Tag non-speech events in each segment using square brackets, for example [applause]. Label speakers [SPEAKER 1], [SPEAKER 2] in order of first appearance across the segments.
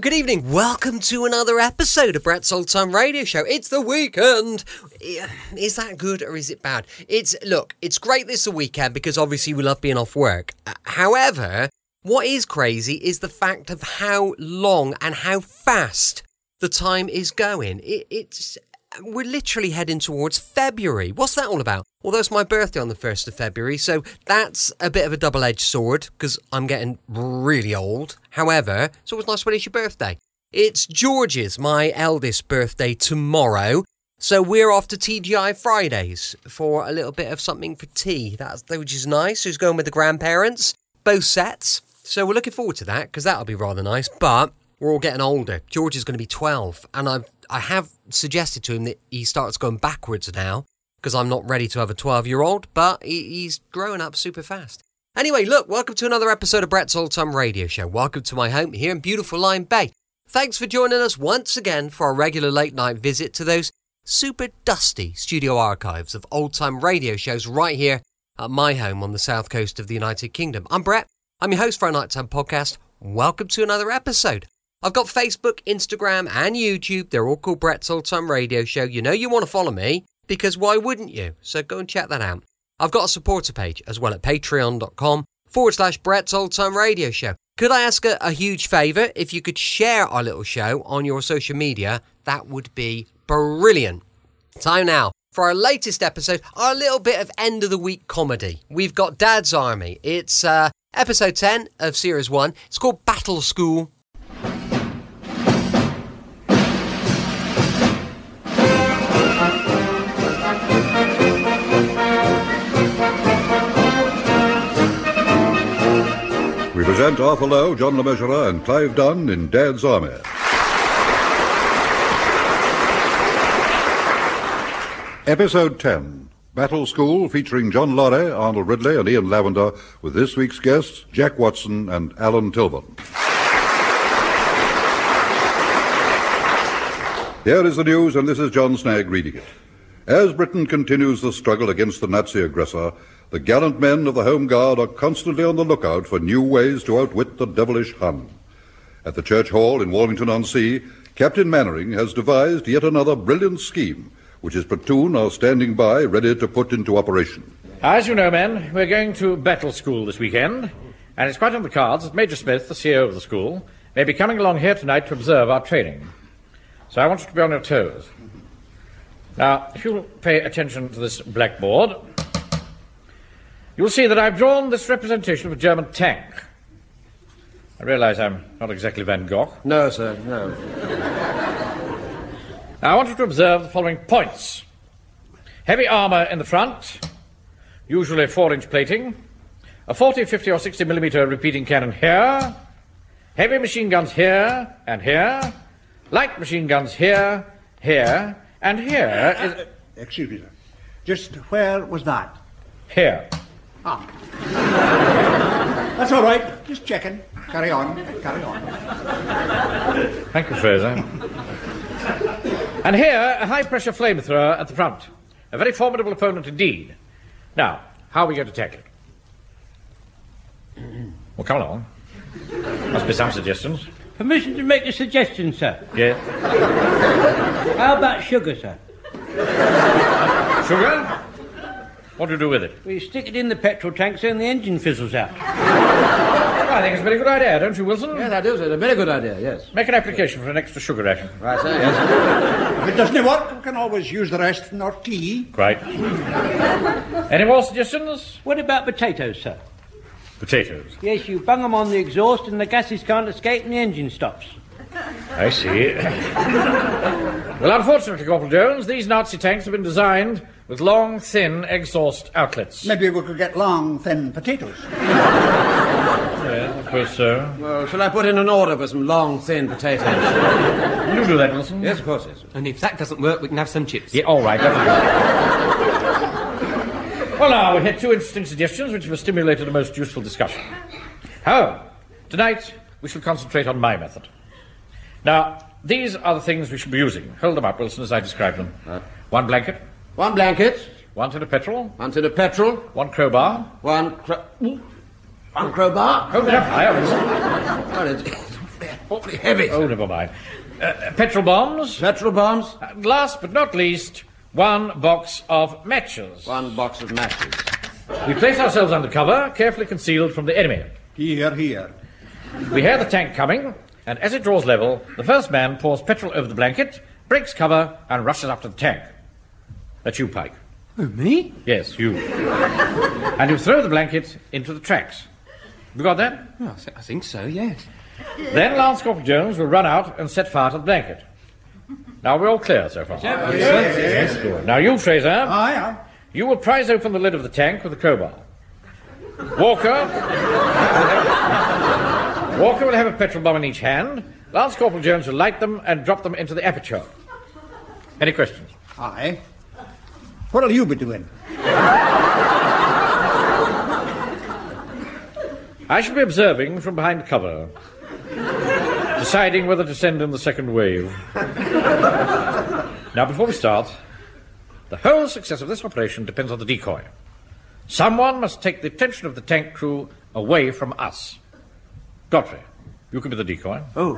[SPEAKER 1] good evening. Welcome to another episode of Brett's Old Time Radio Show. It's the weekend. Is that good or is it bad? It's look, it's great this the weekend because obviously we love being off work. Uh, However, what is crazy is the fact of how long and how fast the time is going. It, it's we're literally heading towards February. What's that all about? Well, that's my birthday on the 1st of February, so that's a bit of a double edged sword because I'm getting really old. However, it's always nice when it's your birthday. It's George's, my eldest birthday, tomorrow. So we're off to TGI Fridays for a little bit of something for tea. That's which is nice. Who's going with the grandparents? Both sets. So we're looking forward to that because that'll be rather nice. But we're all getting older. George is going to be twelve, and I I have suggested to him that he starts going backwards now because I'm not ready to have a twelve year old. But he, he's growing up super fast. Anyway, look, welcome to another episode of Brett's Old Time Radio Show. Welcome to my home here in beautiful Lyme Bay. Thanks for joining us once again for our regular late night visit to those super dusty studio archives of old time radio shows right here at my home on the south coast of the United Kingdom. I'm Brett. I'm your host for our nighttime podcast. Welcome to another episode. I've got Facebook, Instagram, and YouTube. They're all called Brett's Old Time Radio Show. You know you want to follow me because why wouldn't you? So go and check that out. I've got a supporter page as well at patreon.com forward slash Brett's Old Time Radio Show. Could I ask a, a huge favour? If you could share our little show on your social media, that would be brilliant. Time now for our latest episode, our little bit of end of the week comedy. We've got Dad's Army. It's uh, episode 10 of series 1. It's called Battle School.
[SPEAKER 2] We present Arthur Lowe, John Le Mesurier, and Clive Dunn in Dad's Army. Episode 10 Battle School featuring John Lorry, Arnold Ridley, and Ian Lavender, with this week's guests, Jack Watson and Alan Tilburn. Here is the news, and this is John Snag reading it. As Britain continues the struggle against the Nazi aggressor, the gallant men of the Home Guard are constantly on the lookout for new ways to outwit the devilish Hun. At the church hall in Wilmington-on-Sea, Captain Mannering has devised yet another brilliant scheme, which his platoon are standing by, ready to put into operation.
[SPEAKER 3] As you know, men, we're going to battle school this weekend, and it's quite on the cards that Major Smith, the CEO of the school, may be coming along here tonight to observe our training. So I want you to be on your toes. Now, if you'll pay attention to this blackboard, you'll see that I've drawn this representation of a German tank. I realize I'm not exactly Van Gogh.
[SPEAKER 4] No, sir, no.
[SPEAKER 3] Now, I want you to observe the following points heavy armour in the front, usually 4 inch plating, a 40, 50, or 60 millimetre repeating cannon here, heavy machine guns here and here, light machine guns here, here, and here is.
[SPEAKER 5] Uh, Excuse me, sir. Just where was that?
[SPEAKER 3] here.
[SPEAKER 5] Ah. That's all right. Just checking. Carry on. Carry on.
[SPEAKER 3] Thank you, Fraser. and here, a high pressure flamethrower at the front. A very formidable opponent indeed. Now, how are we going to tackle it? Well, come along. Must be some suggestions.
[SPEAKER 6] Permission to make a suggestion, sir.
[SPEAKER 3] Yeah.
[SPEAKER 6] How about sugar, sir?
[SPEAKER 3] Sugar? What do you do with it?
[SPEAKER 6] We stick it in the petrol tank, so the engine fizzles out.
[SPEAKER 3] I think it's a very good idea, don't you, Wilson?
[SPEAKER 4] Yes, I do, sir. A very good idea, yes.
[SPEAKER 3] Make an application for an extra sugar ration.
[SPEAKER 4] Right, sir, yes.
[SPEAKER 5] If it doesn't work, we can always use the rest in our tea.
[SPEAKER 3] Right. Any more suggestions?
[SPEAKER 6] What about potatoes, sir?
[SPEAKER 3] Potatoes.
[SPEAKER 6] Yes, you bung 'em on the exhaust and the gases can't escape and the engine stops.
[SPEAKER 3] I see. well, unfortunately, Corporal Jones, these Nazi tanks have been designed with long, thin exhaust outlets.
[SPEAKER 5] Maybe we could get long, thin potatoes.
[SPEAKER 3] I suppose so.
[SPEAKER 4] Well, shall I put in an order for some long, thin potatoes?
[SPEAKER 3] You do that, Wilson.
[SPEAKER 4] yes, of course, yes.
[SPEAKER 7] And if that doesn't work, we can have some chips.
[SPEAKER 3] Yeah, all right. lovely. well, now, we had two interesting suggestions which have stimulated a most useful discussion. However, tonight we shall concentrate on my method. Now, these are the things we shall be using. Hold them up, Wilson, as I describe them. One blanket,
[SPEAKER 4] Uh. One blanket,
[SPEAKER 3] one tin of petrol,
[SPEAKER 4] one tin of petrol, Hmm?
[SPEAKER 3] one crowbar.
[SPEAKER 4] one cro- one crowbar.
[SPEAKER 3] Hold it up higher, Wilson.
[SPEAKER 4] Well, Oh, it's- Awfully heavy.
[SPEAKER 3] Oh, never mind. Uh, petrol bombs.
[SPEAKER 4] Petrol bombs?
[SPEAKER 3] And last but not least, one box of matches.
[SPEAKER 4] One box of matches.
[SPEAKER 3] We place ourselves under cover, carefully concealed from the enemy.
[SPEAKER 5] Here, here.
[SPEAKER 3] We hear the tank coming, and as it draws level, the first man pours petrol over the blanket, breaks cover, and rushes up to the tank. That's you, Pike.
[SPEAKER 7] Who, Oh, me?
[SPEAKER 3] Yes, you. and you throw the blanket into the tracks. You got that?
[SPEAKER 7] Oh, I thi- I think so, yes.
[SPEAKER 3] Then Lance Corporal Jones will run out and set fire to the blanket. Now we're all clear so far. Good. Now you, Fraser,
[SPEAKER 5] Aye, aye.
[SPEAKER 3] you will prise open the lid of the tank with a crowbar. Walker. Walker will have a petrol bomb in each hand. Lance Corporal Jones will light them and drop them into the aperture. Any questions?
[SPEAKER 5] Aye. What'll you be doing?
[SPEAKER 3] I shall be observing from behind cover, deciding whether to send in the second wave. now, before we start, the whole success of this operation depends on the decoy. Someone must take the attention of the tank crew away from us. Godfrey, you can be the decoy.
[SPEAKER 5] Oh.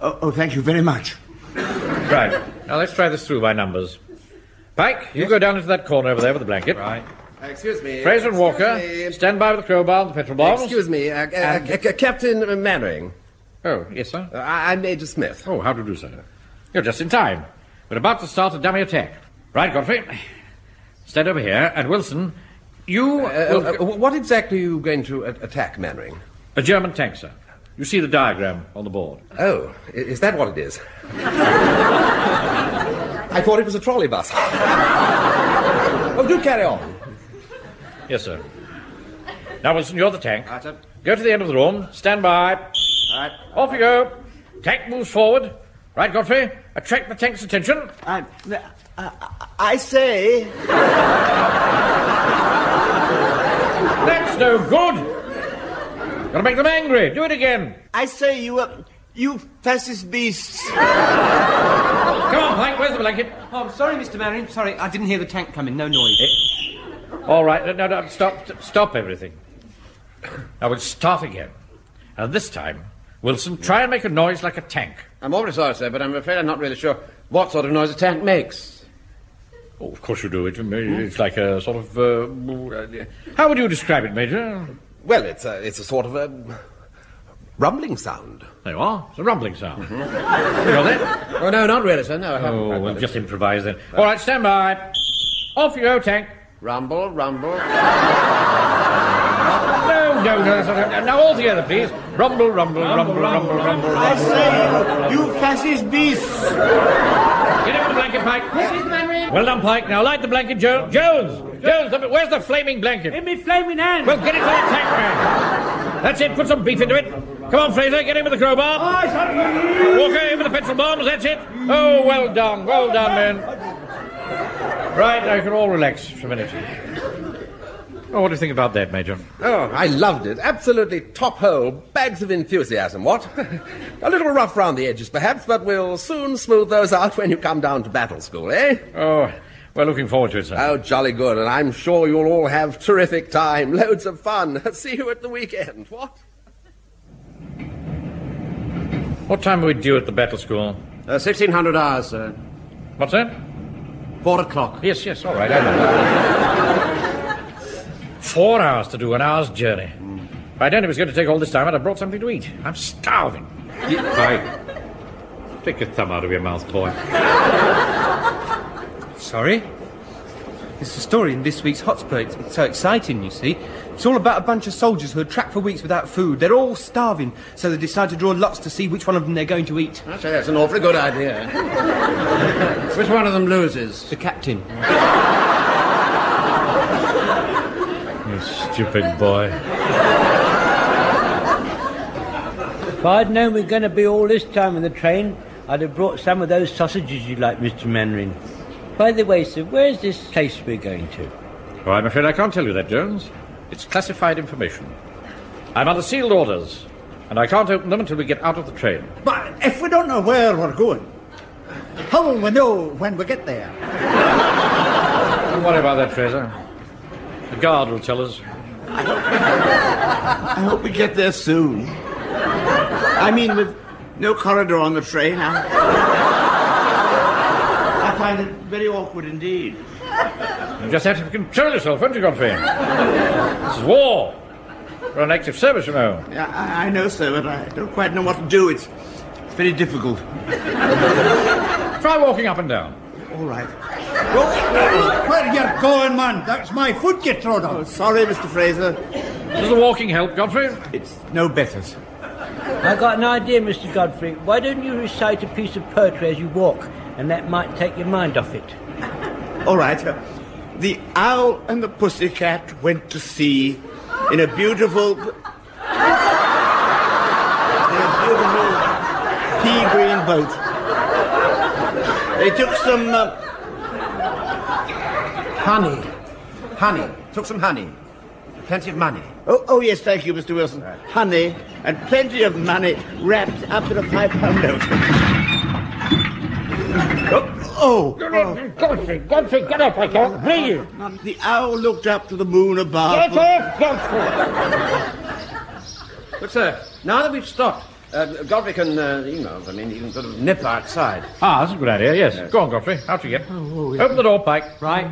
[SPEAKER 5] oh. Oh, thank you very much.
[SPEAKER 3] Right. Now, let's try this through by numbers. Pike, you go down into that corner over there with the blanket. Right.
[SPEAKER 4] Excuse me.
[SPEAKER 3] Fraser and Walker, stand by with the crowbar and the petrol bombs.
[SPEAKER 4] Excuse me, uh, uh, uh, Captain Mannering.
[SPEAKER 3] Oh, yes, sir.
[SPEAKER 4] Uh, I- I'm Major Smith.
[SPEAKER 3] Oh, how do you do, sir? You're just in time. We're about to start a dummy attack. Right, Godfrey. Stand over here, and Wilson, you will-
[SPEAKER 4] Uh, uh, what exactly are you going to a- attack, Mannering?
[SPEAKER 3] a German tank, sir. You see the diagram on the board.
[SPEAKER 4] Oh, i- is that what it is? I thought it was a trolley bus. [laughs] oh, do carry on.
[SPEAKER 3] Yes, sir. Now, Wilson, you're the tank. Go to the end of the room. Stand by.
[SPEAKER 4] Right.
[SPEAKER 3] Off you go. Tank moves forward. Right, Godfrey. Attract the tank's attention.
[SPEAKER 5] I, I, I say.
[SPEAKER 3] That's no good. Gotta make them angry. Do it again.
[SPEAKER 5] I say, you. Uh, you fascist beasts.
[SPEAKER 3] Come on, Plank. Where's the blanket?
[SPEAKER 7] Oh, I'm sorry, Mr. Marion. Sorry, I didn't hear the tank coming. No noise.
[SPEAKER 3] All right, no, no, no, stop, stop everything. Now we'll start again. And this time, Wilson, try and make a noise like a tank.
[SPEAKER 4] I'm awfully sorry, sir, but I'm afraid I'm not really sure what sort of noise a tank makes.
[SPEAKER 3] Oh, of course you do. It, it's like a sort of. Uh, how would you describe it, Major?
[SPEAKER 4] Well, it's a, it's a sort of a rumbling sound.
[SPEAKER 3] There you are. It's a rumbling sound. You got that?
[SPEAKER 4] Oh, no, not really, sir. No, I haven't.
[SPEAKER 3] Oh, well, just improvise then. All right, stand by. Off you go, tank.
[SPEAKER 4] Rumble, rumble.
[SPEAKER 3] No, no, no, that's not- Now all together, please. Rumble, rumble, rumble, rumble, rumble.
[SPEAKER 5] I say, you fascist beasts.
[SPEAKER 3] Get up the blanket, Pike. Well done, Pike. Now light the blanket, jo- Jones. Jones, up it- where's the flaming blanket?
[SPEAKER 6] Give me flaming hand.
[SPEAKER 3] Well, get it to the tank man. That's it. Put some beef into it. Come on, Fraser. Get in with the crowbar.
[SPEAKER 6] Oh,
[SPEAKER 3] Walker in with the petrol bombs. That's it. Oh, well done. Well done, men. Right, now you can all relax for a minute. Oh, what do you think about that, Major?
[SPEAKER 4] Oh, I loved it. Absolutely top hole. Bags of enthusiasm, what? [laughs] a little rough round the edges, perhaps, but we'll soon smooth those out when you come down to battle school, eh?
[SPEAKER 3] Oh, we're looking forward to it, sir.
[SPEAKER 4] Oh, jolly good, and I'm sure you'll all have terrific time. Loads of fun. [laughs] See you at the weekend, what?
[SPEAKER 3] What time are we due at the battle school?
[SPEAKER 4] 1600 Uh, hours, sir.
[SPEAKER 3] What's that?
[SPEAKER 4] Four o'clock.
[SPEAKER 3] Yes, yes, all right. I know. Four hours to do an hour's journey. If I don't know it was going to take all this time, I'd have brought something to eat. I'm starving. Right. Take your thumb out of your mouth, boy.
[SPEAKER 7] Sorry? It's the story in this week's Hotspur. It's, it's so exciting, you see. It's all about a bunch of soldiers who are trapped for weeks without food. They're all starving, so they decide to draw lots to see which one of them they're going to eat.
[SPEAKER 4] I say that's an awfully good idea. Which one of them loses?
[SPEAKER 7] The captain.
[SPEAKER 3] You stupid boy.
[SPEAKER 6] If I'd known we were going to be all this time on the train, I'd have brought some of those sausages you like, Mr. Mannering. By the way, sir, where's this place we're going to?
[SPEAKER 3] Well, I'm afraid I can't tell you that, Jones. It's classified information. I'm under sealed orders, and I can't open them until we get out of the train.
[SPEAKER 5] But if we don't know where we're going, how will we know when we get there?
[SPEAKER 3] Don't worry about that, Fraser. The guard will tell us.
[SPEAKER 5] I hope we get there soon. I mean, we've, No corridor on the train. I, I find it very awkward indeed.
[SPEAKER 3] You just have to control yourself, won't you, Godfrey? this is war. We're on active service, you know.
[SPEAKER 5] Yeah, I, I know, sir, but I don't quite know what to do. It's, it's very difficult.
[SPEAKER 3] [laughs] Try walking up and down.
[SPEAKER 5] All right. Well, where you going, man? That's my foot you trod on. Oh, sorry, Mr. Fraser.
[SPEAKER 3] Does the walking help, Godfrey?
[SPEAKER 5] It's no better. sir.
[SPEAKER 6] I got an idea, Mr. Godfrey. Why don't you recite a piece of poetry as you walk, and that might take your mind off it?
[SPEAKER 5] All right. uh, The owl and the pussycat went to sea in a beautiful. in a beautiful pea green boat. They took some. Uh,
[SPEAKER 8] Honey. Honey. Took some honey. Plenty of money.
[SPEAKER 5] oh, oh, yes, thank you, Mr. Wilson. Honey and plenty of money wrapped up in a five pound note. Oh, oh,
[SPEAKER 3] Godfrey, Godfrey, get up, I can't breathe.
[SPEAKER 5] the owl looked up to the moon above.
[SPEAKER 3] up, Godfrey.
[SPEAKER 4] But, sir, now that we've stopped, uh, Godfrey can, uh, you know, I mean, he can sort of nip outside.
[SPEAKER 3] Ah, that's a good idea, yes. Go on, Godfrey, out you get.
[SPEAKER 5] Oh,
[SPEAKER 3] Open the door, Pike.
[SPEAKER 6] Right?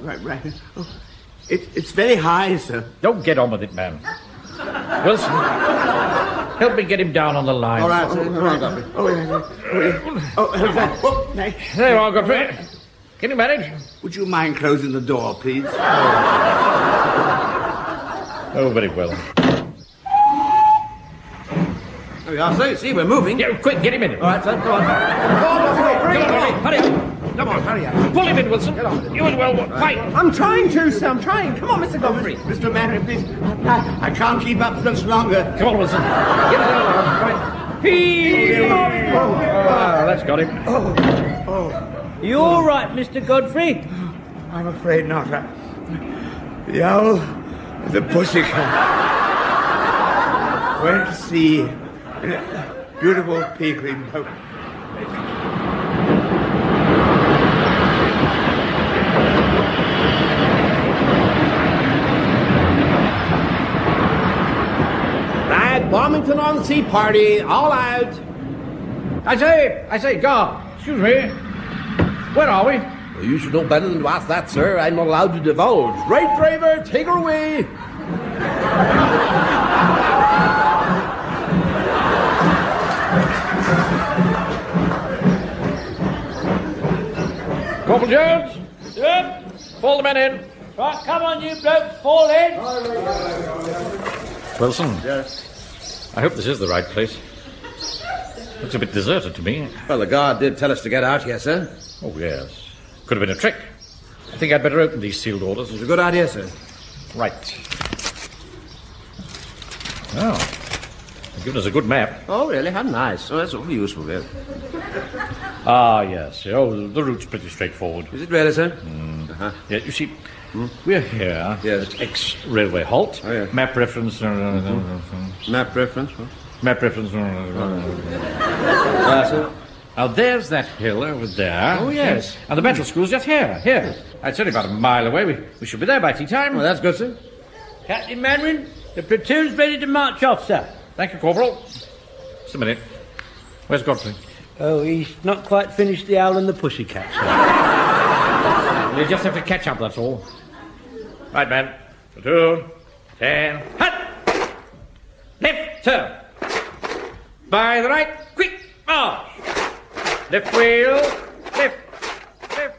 [SPEAKER 5] Right, right. Oh, it, it's very high, sir.
[SPEAKER 3] Don't get on with it, man. Wilson, help me get him down on the line.
[SPEAKER 5] All right, sir. All right, Godfrey. Oh, yeah, yeah. oh, yeah. oh, oh, right. oh, thank-
[SPEAKER 3] There you are, Godfrey. Can you manage?
[SPEAKER 5] Would you mind closing the door, please?
[SPEAKER 3] Oh, very well.
[SPEAKER 4] There we are, sir. Oh, See, we're moving.
[SPEAKER 3] Yeah, quick, get him in.
[SPEAKER 4] All right, sir, go on. Go on, Godfrey, bring it on. Hurry up. Come on, hurry up.
[SPEAKER 3] Pull him in, Wilson. You as well. Fight.
[SPEAKER 7] I'm trying to, sir. I'm trying. Come on, Mr. Godfrey.
[SPEAKER 5] Mr. Manning, please. I, I can't keep up much longer.
[SPEAKER 3] Come on, Wilson. Get it out. Right. He- Ah, that's got him.
[SPEAKER 5] Oh,
[SPEAKER 6] You all right, Mr. Godfrey?
[SPEAKER 5] I'm afraid not. I, the owl, Oh, the pussycat, went to sea in a beautiful pea green boat.
[SPEAKER 4] Right, Bombington on sea party, all out.
[SPEAKER 3] I say, I say, guard. Excuse me. Where are we?
[SPEAKER 4] You should know better than to ask that, sir. I'm not allowed to divulge. Right, driver, take her away.
[SPEAKER 3] Corporal Jones. Yep. Fall the men in.
[SPEAKER 6] Right, come on, you blokes, fall in.
[SPEAKER 3] Wilson. Yes. I hope this is the right place. Looks a bit deserted to me.
[SPEAKER 4] Well, the guard did tell us to get out here, sir.
[SPEAKER 3] Oh, yes. Could have been a trick. I think I'd better open these sealed orders.
[SPEAKER 4] It's a good idea, sir.
[SPEAKER 3] Right. Oh. They've given us a good map.
[SPEAKER 4] Oh, really? How nice. Oh, that's awfully useful, there.
[SPEAKER 3] Ah, yes. Oh, the- the route's pretty straightforward. Mm.
[SPEAKER 4] Is it really, sir? Uh-huh. Hmm?
[SPEAKER 3] Yeah, you see, we're here
[SPEAKER 4] Yes.
[SPEAKER 3] at X railway halt.
[SPEAKER 4] Oh, yeah. Mm-hmm.
[SPEAKER 3] Map reference.
[SPEAKER 4] Map reference? Oh.
[SPEAKER 3] Map reference. [laughs]
[SPEAKER 4] Ah, sir.
[SPEAKER 3] Now, there's that hill over there.
[SPEAKER 4] Oh, yes.
[SPEAKER 3] And the battle school's just here, here. It's only about a mile away. We, we should be there by tea time.
[SPEAKER 4] Well, Oh, that's good, sir.
[SPEAKER 6] Captain Manwaring, the platoon's ready to march off, sir.
[SPEAKER 3] Thank you, Corporal. Just a minute. Where's Godfrey?
[SPEAKER 6] Oh, he's not quite finished the owl and the pussycat, sir.
[SPEAKER 3] We just have to catch up, that's all. Right, man. Platoon. Ten. Hut! Left turn. By the right. Quick march. Left wheel. Left. Left.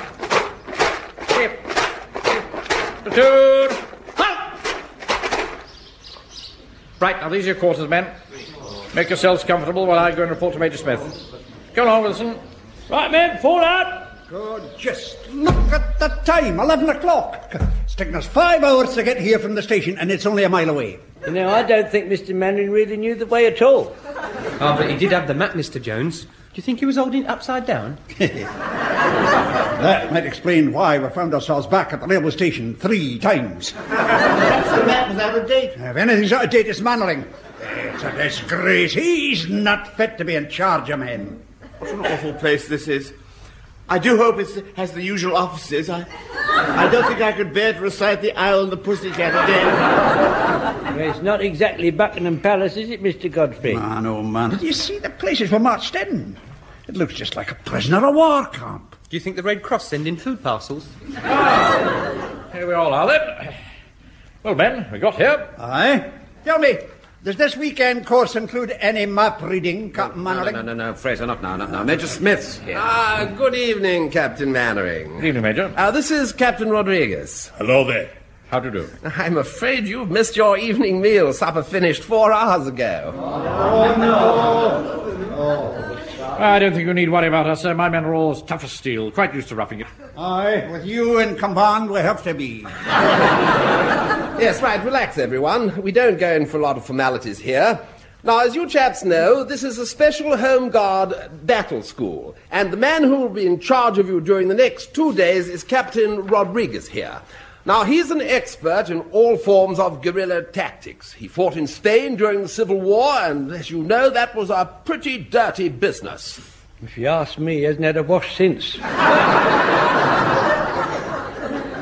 [SPEAKER 3] Left. Left. Platoon. Halt! Right, now these are your quarters, men. Make yourselves comfortable while I go and report to Major Smith. Come on, Wilson.
[SPEAKER 6] Right, men, fall out.
[SPEAKER 5] God, just look at the time 11 o'clock. It's taken us five hours to get here from the station, and it's only a mile away.
[SPEAKER 6] You know, I don't think Mr. Manwaring really knew the way at all.
[SPEAKER 7] Ah, but he did have the map, Mr. Jones. Do you think he was holding it upside down?
[SPEAKER 5] [laughs] That might explain why we found ourselves back at the railway station three times.
[SPEAKER 8] That's the map without a date.
[SPEAKER 5] If anything's out of date, it's Mannering. It's a disgrace. He's not fit to be in charge of men.
[SPEAKER 9] What an awful place this is. I do hope it has the usual offices. I, I don't think I could bear to recite the owl and the pussycat again.
[SPEAKER 6] Well, it's not exactly Buckingham Palace, is it, Mr. Godfrey?
[SPEAKER 5] Man, oh man, did you see the places we're marched in? It looks just like a prisoner of war camp.
[SPEAKER 7] Do you think the Red Cross send in food parcels?
[SPEAKER 3] Here we all are then. Well, men, we got here.
[SPEAKER 5] Aye. Tell me, does this weekend course include any map reading, Captain
[SPEAKER 4] No, no,
[SPEAKER 5] Mannering?
[SPEAKER 4] no, no, no, Fraser, not now, not now. Uh, Major Smith's here.
[SPEAKER 8] Ah,
[SPEAKER 4] good evening, Captain Mannering.
[SPEAKER 3] Good evening, Major.
[SPEAKER 4] Uh, this is Captain Rodriguez.
[SPEAKER 10] Hello there.
[SPEAKER 3] How do you do?
[SPEAKER 4] I'm afraid you've missed your evening meal. Supper finished four hours ago.
[SPEAKER 5] Oh, no. Oh,
[SPEAKER 3] I don't think you need worry about us, sir. My men are all as tough as steel, quite used to roughing it.
[SPEAKER 5] Aye, with you in command, we have to
[SPEAKER 9] [laughs]
[SPEAKER 5] be.
[SPEAKER 4] Yes, right, relax, everyone. We don't go in for a lot of formalities here. Now, as you chaps know, this is a special Home Guard battle school, and the man who will be in charge of you during the next two days is Captain Rodriguez here. Now, he's an expert in all forms of guerrilla tactics. He fought in Spain during the Civil War, and as you know, that was a pretty dirty business.
[SPEAKER 6] If you ask me, he hasn't had a wash since.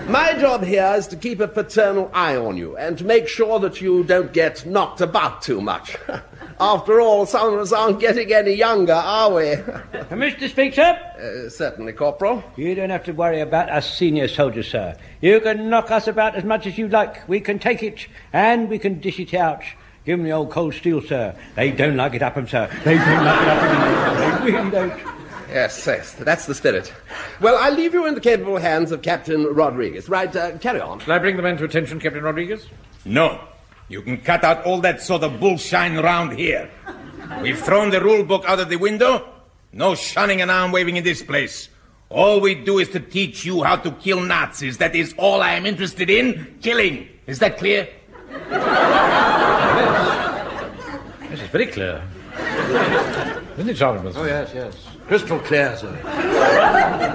[SPEAKER 4] My job here is to keep a paternal eye on you and to make sure that you don't get knocked about too much. [laughs] After all, some of us aren't getting any younger, are we? [laughs]
[SPEAKER 6] Permission to speak, sir?
[SPEAKER 4] Uh, certainly, Corporal.
[SPEAKER 6] You don't have to worry about us senior soldiers, sir. You can knock us about as much as you like. We can take it, and we can dish it out. Give 'em the old cold steel, sir. They don't like it up 'em, sir. They don't like it up 'em. They really don't.
[SPEAKER 4] Yes, yes, that's the spirit. Well, I leave you in the capable hands of Captain Rodriguez. Right, uh, carry on.
[SPEAKER 3] Shall I bring the men to attention, Captain Rodriguez?
[SPEAKER 10] No. You can cut out all that sort of bullshine round here. We've thrown the rule book out of the window. No shunning and arm waving in this place. All we do is to teach you how to kill Nazis. That is all I am interested in. Killing. Is that clear?
[SPEAKER 3] This is very clear. Isn't it, Sergeant Wilson?
[SPEAKER 8] yes, yes. Oh, Crystal clear, sir.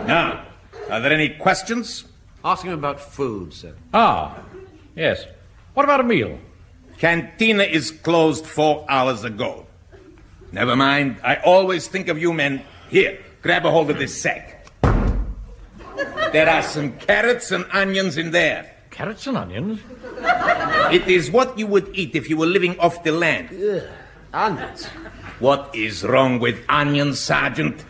[SPEAKER 10] Now, are there any questions?
[SPEAKER 8] Ask him about food, sir.
[SPEAKER 3] Ah, yes. What about a meal?
[SPEAKER 10] Cantina is closed four hours ago. Never mind. I always think of you men. Here, grab a hold of this sack. There are some carrots and onions in there.
[SPEAKER 3] Carrots and onions?
[SPEAKER 10] It is what you would eat if you were living off the land.
[SPEAKER 8] Onions.
[SPEAKER 10] What is wrong with onions, Sergeant?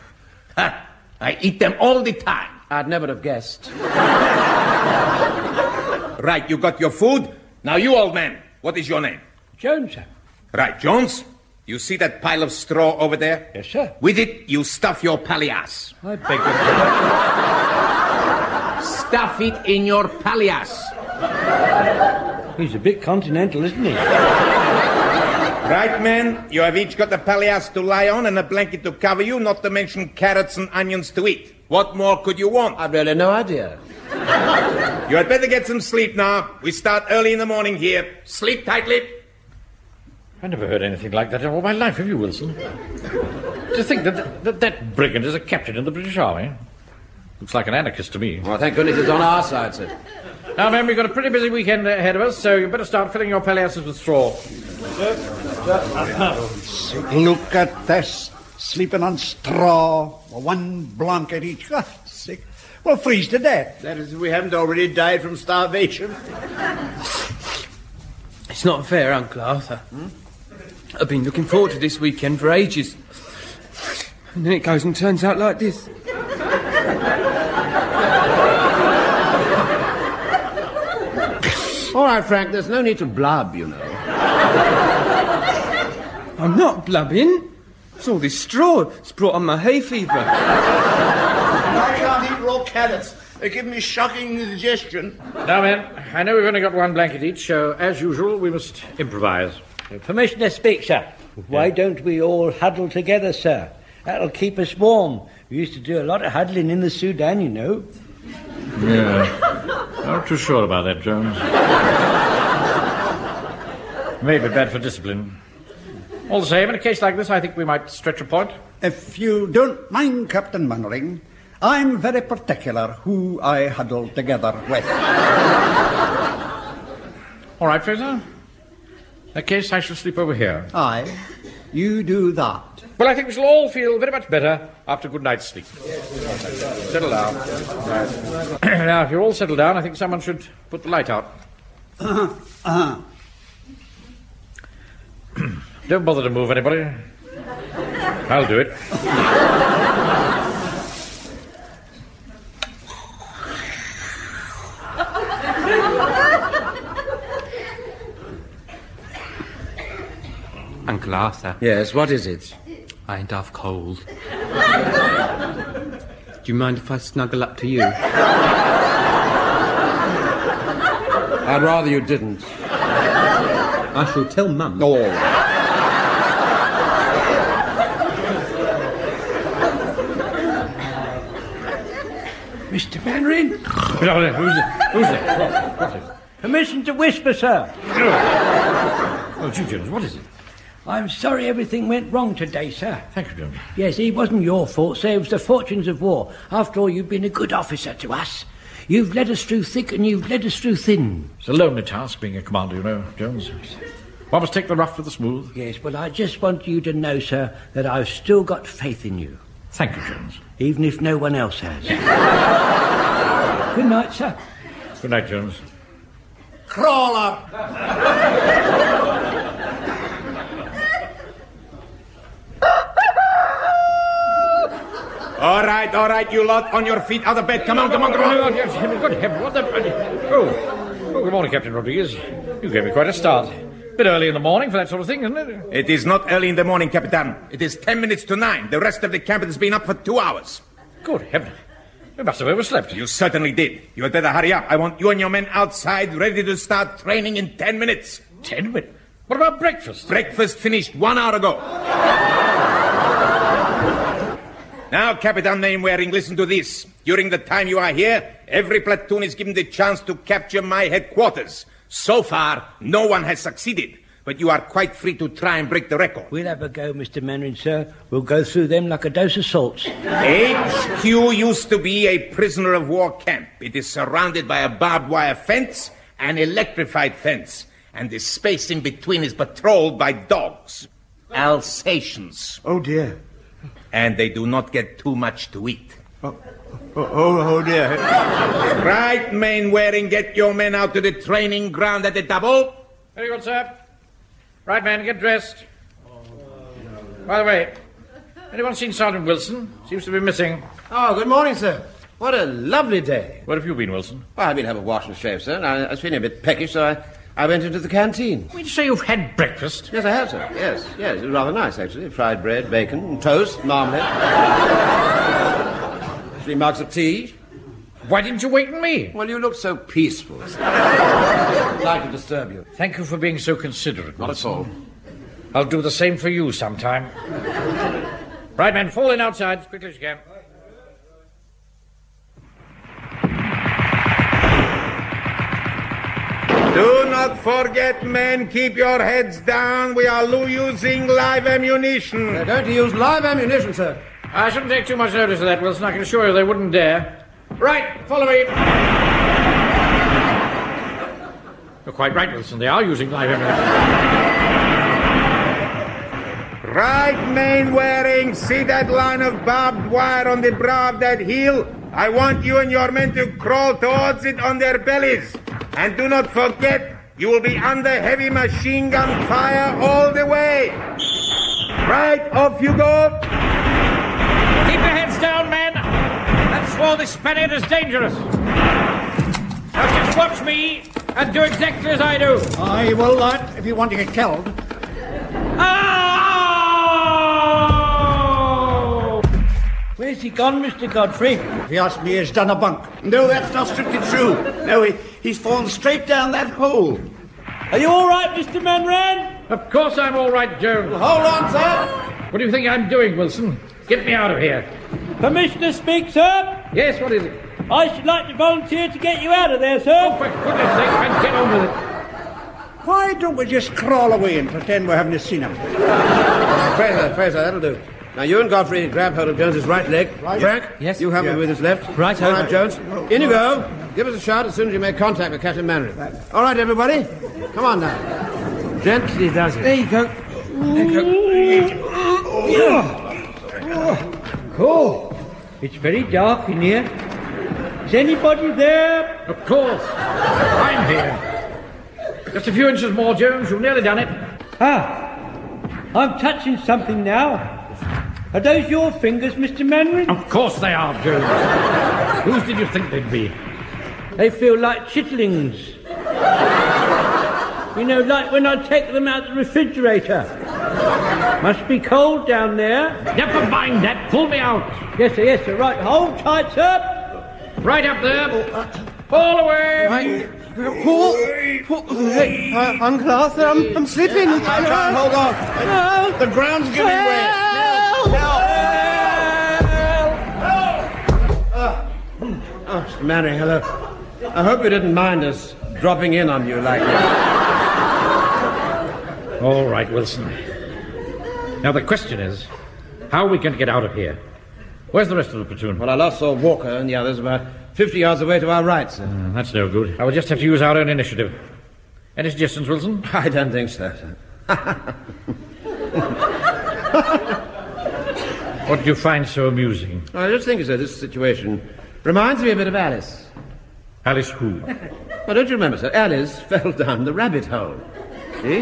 [SPEAKER 10] Ha! I eat them all the time.
[SPEAKER 8] I'd never have guessed.
[SPEAKER 10] Right, you got your food. Now, you old man, what is your name?
[SPEAKER 6] Jones, sir.
[SPEAKER 10] Right, Jones, you see that pile of straw over there?
[SPEAKER 6] Yes, sir.
[SPEAKER 10] With it, you stuff your palias.
[SPEAKER 6] I beg your pardon.
[SPEAKER 10] Stuff it in your palias.
[SPEAKER 6] He's a bit continental, isn't he?
[SPEAKER 10] Right, men, you have each got a palias to lie on and a blanket to cover you, not to mention carrots and onions to eat. What more could you want?
[SPEAKER 8] I've really no idea.
[SPEAKER 10] You had better get some sleep now. We start early in the morning here. Sleep tightly.
[SPEAKER 3] I never heard anything like that in all my life, have you, Wilson? to think that, that that brigand is a captain in the British Army. Looks like an anarchist to me.
[SPEAKER 8] Well, thank goodness it's on our side, sir.
[SPEAKER 3] Now, men, we've got a pretty busy weekend ahead of us, so you better start filling your paliasses with straw.
[SPEAKER 5] Look at this. Sleeping on straw, with one blanket each. Ah, sick. We'll freeze to death.
[SPEAKER 9] That is, if we haven't already died from
[SPEAKER 5] [laughs]
[SPEAKER 9] starvation.
[SPEAKER 7] It's not fair, Uncle Arthur.
[SPEAKER 4] Hmm?
[SPEAKER 7] I've been looking forward to this weekend for ages. And then it goes and turns out like this.
[SPEAKER 8] All right, Frank, there's no need to blab, you know.
[SPEAKER 7] I'm not blubbing. It's all this straw. It's brought on my hay fever.
[SPEAKER 9] I can't eat raw carrots. They give me shocking indigestion.
[SPEAKER 3] Now, men, I know we've only got one blanket each, so as usual, we must improvise.
[SPEAKER 6] Permission to speak, sir. Why don't we all huddle together, sir? That'll keep us warm. We used to do a lot of huddling in the Sudan, you know.
[SPEAKER 3] Not too sure about that, Jones. Maybe bad for discipline. All the same, in a case like this, I think we might stretch a point.
[SPEAKER 5] If you don't mind, Captain Mannering, I'm very particular who I huddle together with.
[SPEAKER 3] All right, Fraser. In that case, I shall sleep over here.
[SPEAKER 5] Aye.
[SPEAKER 8] You do that.
[SPEAKER 3] Well, I think we shall all feel very much better after a good night's sleep. Settle down. [clears throat] now, if you're all settled down, I think someone should put the light out.
[SPEAKER 5] Uh-huh.
[SPEAKER 3] Don't bother to move anybody. I'll do it.
[SPEAKER 7] Uncle Arthur.
[SPEAKER 11] Yes, what is it?
[SPEAKER 7] I ain't half cold. Do you mind if I snuggle up to you?
[SPEAKER 11] I'd rather you didn't.
[SPEAKER 7] I shall tell Mum.
[SPEAKER 11] Oh.
[SPEAKER 6] Mr. Manring?
[SPEAKER 3] No, no, who's it? Who's it?
[SPEAKER 6] Permission to whisper, sir.
[SPEAKER 3] Oh, Jim Jones, what is it?
[SPEAKER 6] I'm sorry everything went wrong today, sir.
[SPEAKER 3] Thank you, Jones.
[SPEAKER 6] Yes, it wasn't your fault, sir. It was the fortunes of war. After all, you've been a good officer to us. You've led us through thick and you've led us through thin.
[SPEAKER 3] It's a lonely task being a commander, you know, Jones. One must take the rough with the smooth.
[SPEAKER 6] Yes, but I just want you to know, sir, that I've still got faith in you.
[SPEAKER 3] Thank you, Jones.
[SPEAKER 6] Even if no one else has. Good night, sir.
[SPEAKER 3] Good night, Jones.
[SPEAKER 5] Crawler.
[SPEAKER 10] All right, all right, you lot, on your feet, out of bed. Come on, come on, come
[SPEAKER 3] Oh,
[SPEAKER 10] on.
[SPEAKER 3] yes, Good heaven, what the... Oh, oh, good morning, Captain Rodriguez. You gave me quite a start. Bit early in the morning for that sort of thing, isn't it?
[SPEAKER 10] It is not early in the morning, Capitan. It is ten minutes to nine. The rest of the camp has been up for two hours.
[SPEAKER 3] Good heaven. You must have overslept.
[SPEAKER 10] You certainly did. You had better hurry up. I want you and your men outside, ready to start training in ten minutes.
[SPEAKER 3] Ten minutes? What about breakfast?
[SPEAKER 10] Breakfast finished one hour ago. now, Capitan Mainwaring, listen to this. During the time you are here, every platoon is given the chance to capture my headquarters. So far, no one has succeeded. But you are quite free to try and break the record.
[SPEAKER 6] We'll have a go, Mr. Manring, sir. We'll go through them like a dose of salts.
[SPEAKER 10] HQ used to be a prisoner of war camp. It is surrounded by a barbed wire fence, an electrified fence, and the space in between is patrolled by dogs, Alsatians.
[SPEAKER 8] Oh dear.
[SPEAKER 10] And they do not get too much to eat.
[SPEAKER 8] Oh, oh, oh dear.
[SPEAKER 10] Right, Mainwaring, get your men out to the training ground at the double.
[SPEAKER 3] Very good, sir. Right, man, get dressed. By the way, anyone seen Sergeant Wilson? Seems to be missing.
[SPEAKER 12] Oh, good morning, sir. What a lovely day.
[SPEAKER 3] Where have you been, Wilson?
[SPEAKER 12] Well, I've been having a wash and shave, sir, and I, I was feeling a bit peckish, so I, I went into the canteen.
[SPEAKER 3] Would you say you've had breakfast?
[SPEAKER 12] Yes, I have, sir. Yes, yes. It was rather nice, actually. Fried bread, bacon, and toast, marmalade. [laughs] Three mugs of tea.
[SPEAKER 3] Why didn't you waken me?
[SPEAKER 12] Well, you looked so peaceful. sir. like to disturb you.
[SPEAKER 3] Thank you for being so considerate.
[SPEAKER 12] Not at
[SPEAKER 3] Watson.
[SPEAKER 12] all.
[SPEAKER 3] I'll do the same for you sometime. right, man, fall in outside as quickly as you can.
[SPEAKER 10] Do not forget, men, keep your heads down. We are lo- using live ammunition.
[SPEAKER 8] They're going to use live ammunition, sir.
[SPEAKER 3] I shouldn't take too much notice of that, Wilson. I can assure you they wouldn't dare. Right, follow me. You're quite right, Wilson. They are using live ammunition.
[SPEAKER 10] Right, Mainwaring, see that line of barbed wire on the brow of that hill? I want you and your men to crawl towards it on their bellies. And do not forget, you will be under heavy machine gun fire all the way. Right, off you go.
[SPEAKER 3] Keep your heads down, men. That's why this Spaniard is dangerous. Now just watch me and do exactly as I do.
[SPEAKER 5] I will that if you want to get killed.
[SPEAKER 3] Ah,
[SPEAKER 6] Oh! Where's he gone, Mr. Godfrey?
[SPEAKER 5] If you ask me, he's done a bunk.
[SPEAKER 9] No, that's not strictly true. No, he, he's fallen straight down that hole.
[SPEAKER 6] Are you all right, Mr. Manran?
[SPEAKER 3] Of course I'm all right, Jones.
[SPEAKER 9] Hold on, sir.
[SPEAKER 3] What do you think I'm doing, Wilson? Get me out of here.
[SPEAKER 6] Permission to speak, sir?
[SPEAKER 3] Yes, what is it?
[SPEAKER 6] I should like to volunteer to get you out of there, sir.
[SPEAKER 3] Oh, For goodness sake, man, get on with it.
[SPEAKER 5] Why don't we just crawl away and pretend we haven't seen him?
[SPEAKER 12] Fraser, Fraser, that'll do. Now, you and Godfrey grab hold of Jones's right leg. Frank?
[SPEAKER 7] Yes.
[SPEAKER 12] You have
[SPEAKER 7] Yeah.
[SPEAKER 12] it with his left.
[SPEAKER 7] Right,
[SPEAKER 12] All right,
[SPEAKER 7] over.
[SPEAKER 12] Jones. In you go. Give us a shout as soon as you make contact with Captain Manning. All right, everybody. Come on now. Gently does it.
[SPEAKER 7] There you go.
[SPEAKER 6] Cool. It's very dark in here. Is anybody there?
[SPEAKER 3] Of course. I'm here. Just a few inches more, Jones. You've nearly done it.
[SPEAKER 6] Ah, I'm touching something now. Are those your fingers, Mr. Manwaring?
[SPEAKER 3] Of course they are, Jones. Whose did you think they'd be?
[SPEAKER 6] They feel like chitlings. you know, like when I take them out of the refrigerator. Must be cold down there.
[SPEAKER 3] Never mind that. Pull me out.
[SPEAKER 6] Yes, sir, yes, sir. Right, hold tight, sir.
[SPEAKER 3] Right up there. All away.
[SPEAKER 7] Paul, Paul, hey, uh, Uncle Arthur, I'm, I'm slipping. I
[SPEAKER 9] can't hold on. The ground's getting wet. uh,
[SPEAKER 12] Oh, Mr. Manning, hello. I hope you didn't mind us dropping in on you like that.
[SPEAKER 3] All right, Wilson. Now the question is, how are we going to get out of here? Where's the rest of the platoon?
[SPEAKER 12] Well, I lost old Walker and the others about 50 yards away to our right, sir.
[SPEAKER 3] Mm, that's no good. I will just have to use our own initiative. Any suggestions, Wilson?
[SPEAKER 12] I don't think so, sir.
[SPEAKER 3] What do you find so amusing?
[SPEAKER 12] I just think, sir, this situation reminds me a bit of Alice.
[SPEAKER 3] Alice who?
[SPEAKER 12] Well, don't you remember, sir? Alice fell down the rabbit hole. See?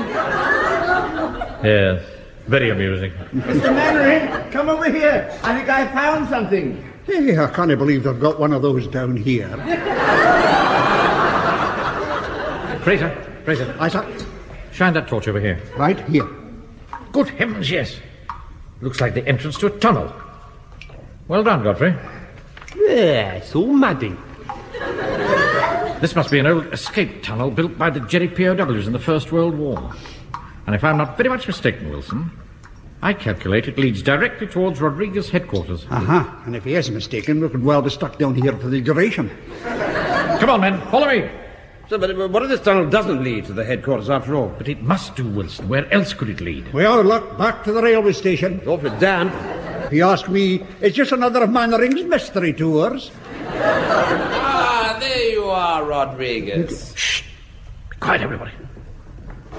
[SPEAKER 3] Yes, very amusing.
[SPEAKER 9] Mr. Mannering, come over here. I think I found something.
[SPEAKER 5] Hey, I can't believe they've got one of those down here.
[SPEAKER 3] Fraser, Fraser.
[SPEAKER 5] I saw,
[SPEAKER 3] Shine that torch over here.
[SPEAKER 5] right here.
[SPEAKER 3] Good heavens, yes. Looks like the entrance to a tunnel. Well done, Godfrey.
[SPEAKER 7] Yeah, it's all muddy.
[SPEAKER 3] This must be an old escape tunnel built by the Jerry POWs in the First World War. And if I'm not very much mistaken, Wilson, I calculate it leads directly towards Rodriguez headquarters.
[SPEAKER 5] Uh-huh. And if he is mistaken, we could well be stuck down here for the duration.
[SPEAKER 3] Come on, men, follow me.
[SPEAKER 12] Sir, but uh, what if this tunnel doesn't lead to the headquarters after all?
[SPEAKER 3] But it must do, Wilson. Where else could it lead?
[SPEAKER 5] Well, look, back to the railway station.
[SPEAKER 12] It's awfully damp.
[SPEAKER 5] He asked me, it's just another of Mannering's mystery tours.
[SPEAKER 4] Ah, there you are, Rodriguez.
[SPEAKER 3] Be quiet, everybody.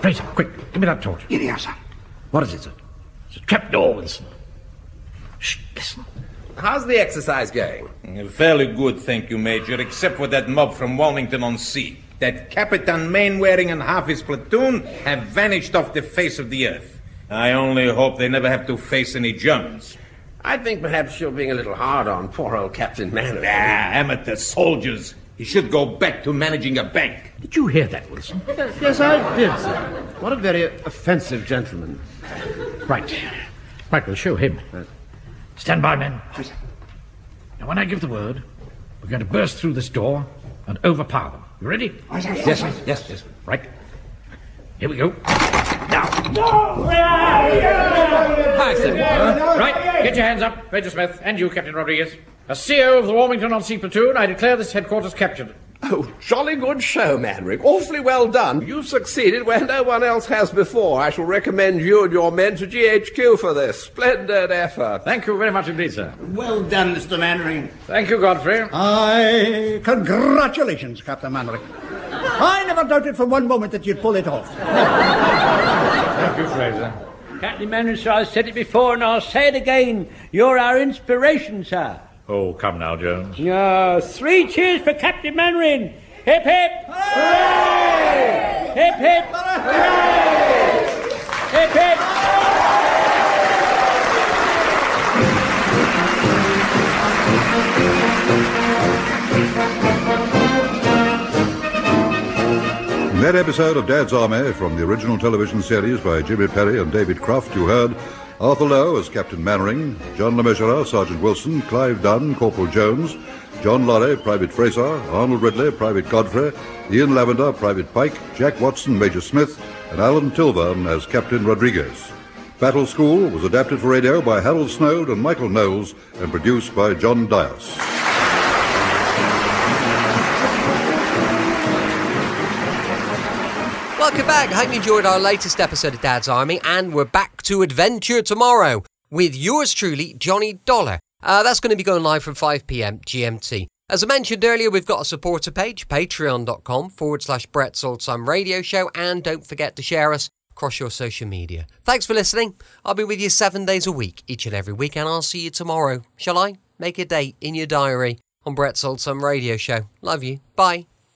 [SPEAKER 3] Fraser, quick, give me that torch.
[SPEAKER 5] Here he is, sir.
[SPEAKER 12] What is it, sir?
[SPEAKER 3] It's a trapdoor, Wilson. Shh, listen.
[SPEAKER 4] How's the exercise going?
[SPEAKER 10] Fairly good, thank you, Major, except for that mob from Wilmington on Sea. That Capitan Mainwaring and half his platoon have vanished off the face of the earth. I only hope they never have to face any Germans.
[SPEAKER 4] I think perhaps you're being a little hard on poor old Captain Mannering.
[SPEAKER 10] Ah, amateur soldiers. He should go back to managing a bank.
[SPEAKER 3] Did you hear that, Wilson?
[SPEAKER 12] Yes, I did, sir. What a very offensive gentleman.
[SPEAKER 3] Right. Right, we'll show him. Stand by, men. Now, when I give the word, we're going to burst through this door and overpower them. You ready?
[SPEAKER 12] Yes, sir. yes, yes.
[SPEAKER 3] Right. Here we go.
[SPEAKER 4] Hi, sir.
[SPEAKER 3] Uh-huh. Right, get your hands up, Major Smith, and you, Captain Rodriguez. As CO of the Warmington on Sea Platoon, I declare this headquarters captured.
[SPEAKER 4] Oh, jolly good show, Mannering. Awfully well done. You've succeeded where no one else has before. I shall recommend you and your men to GHQ for this. Splendid effort.
[SPEAKER 3] Thank you very much indeed, sir.
[SPEAKER 8] Well done, Mr. Mannering.
[SPEAKER 3] Thank you, Godfrey. [laughs]
[SPEAKER 5] Aye, congratulations, Captain Mannering. I never doubted for one moment that you'd pull it off.
[SPEAKER 3] Thank you, Fraser.
[SPEAKER 6] Captain Manning, sir, I said it before and I'll say it again. You're our inspiration, sir.
[SPEAKER 3] Oh, come now, Jones.
[SPEAKER 6] Yeah, Uh, three cheers for Captain Manwaring. Hip hip! Hooray! Hip hip! Hooray! Hip hip!
[SPEAKER 2] In that episode of Dad's Army from the original television series by Jimmy Perry and David Croft, you heard Arthur Lowe as Captain Mannering, John Lemessurier, Sergeant Wilson, Clive Dunn, Corporal Jones, John Lorry, Private Fraser, Arnold Ridley, Private Godfrey, Ian Lavender, Private Pike, Jack Watson, Major Smith, and Alan Tilburn as Captain Rodriguez. Battle School was adapted for radio by Harold Snowd and Michael Knowles and produced by John Dias.
[SPEAKER 1] Welcome back. Hope you enjoyed our latest episode of Dad's Army, and we're back to adventure tomorrow with yours truly, Johnny Dollar. Uh, that's going to be going live from 5 pm GMT. As I mentioned earlier, we've got a supporter page, patreon.com forward slash Brett's Old Time Radio Show, and don't forget to share us across your social media. Thanks for listening. I'll be with you seven days a week, each and every week, and I'll see you tomorrow. Shall I? Make a date in your diary on Brett's Old Time Radio Show. Love you. Bye.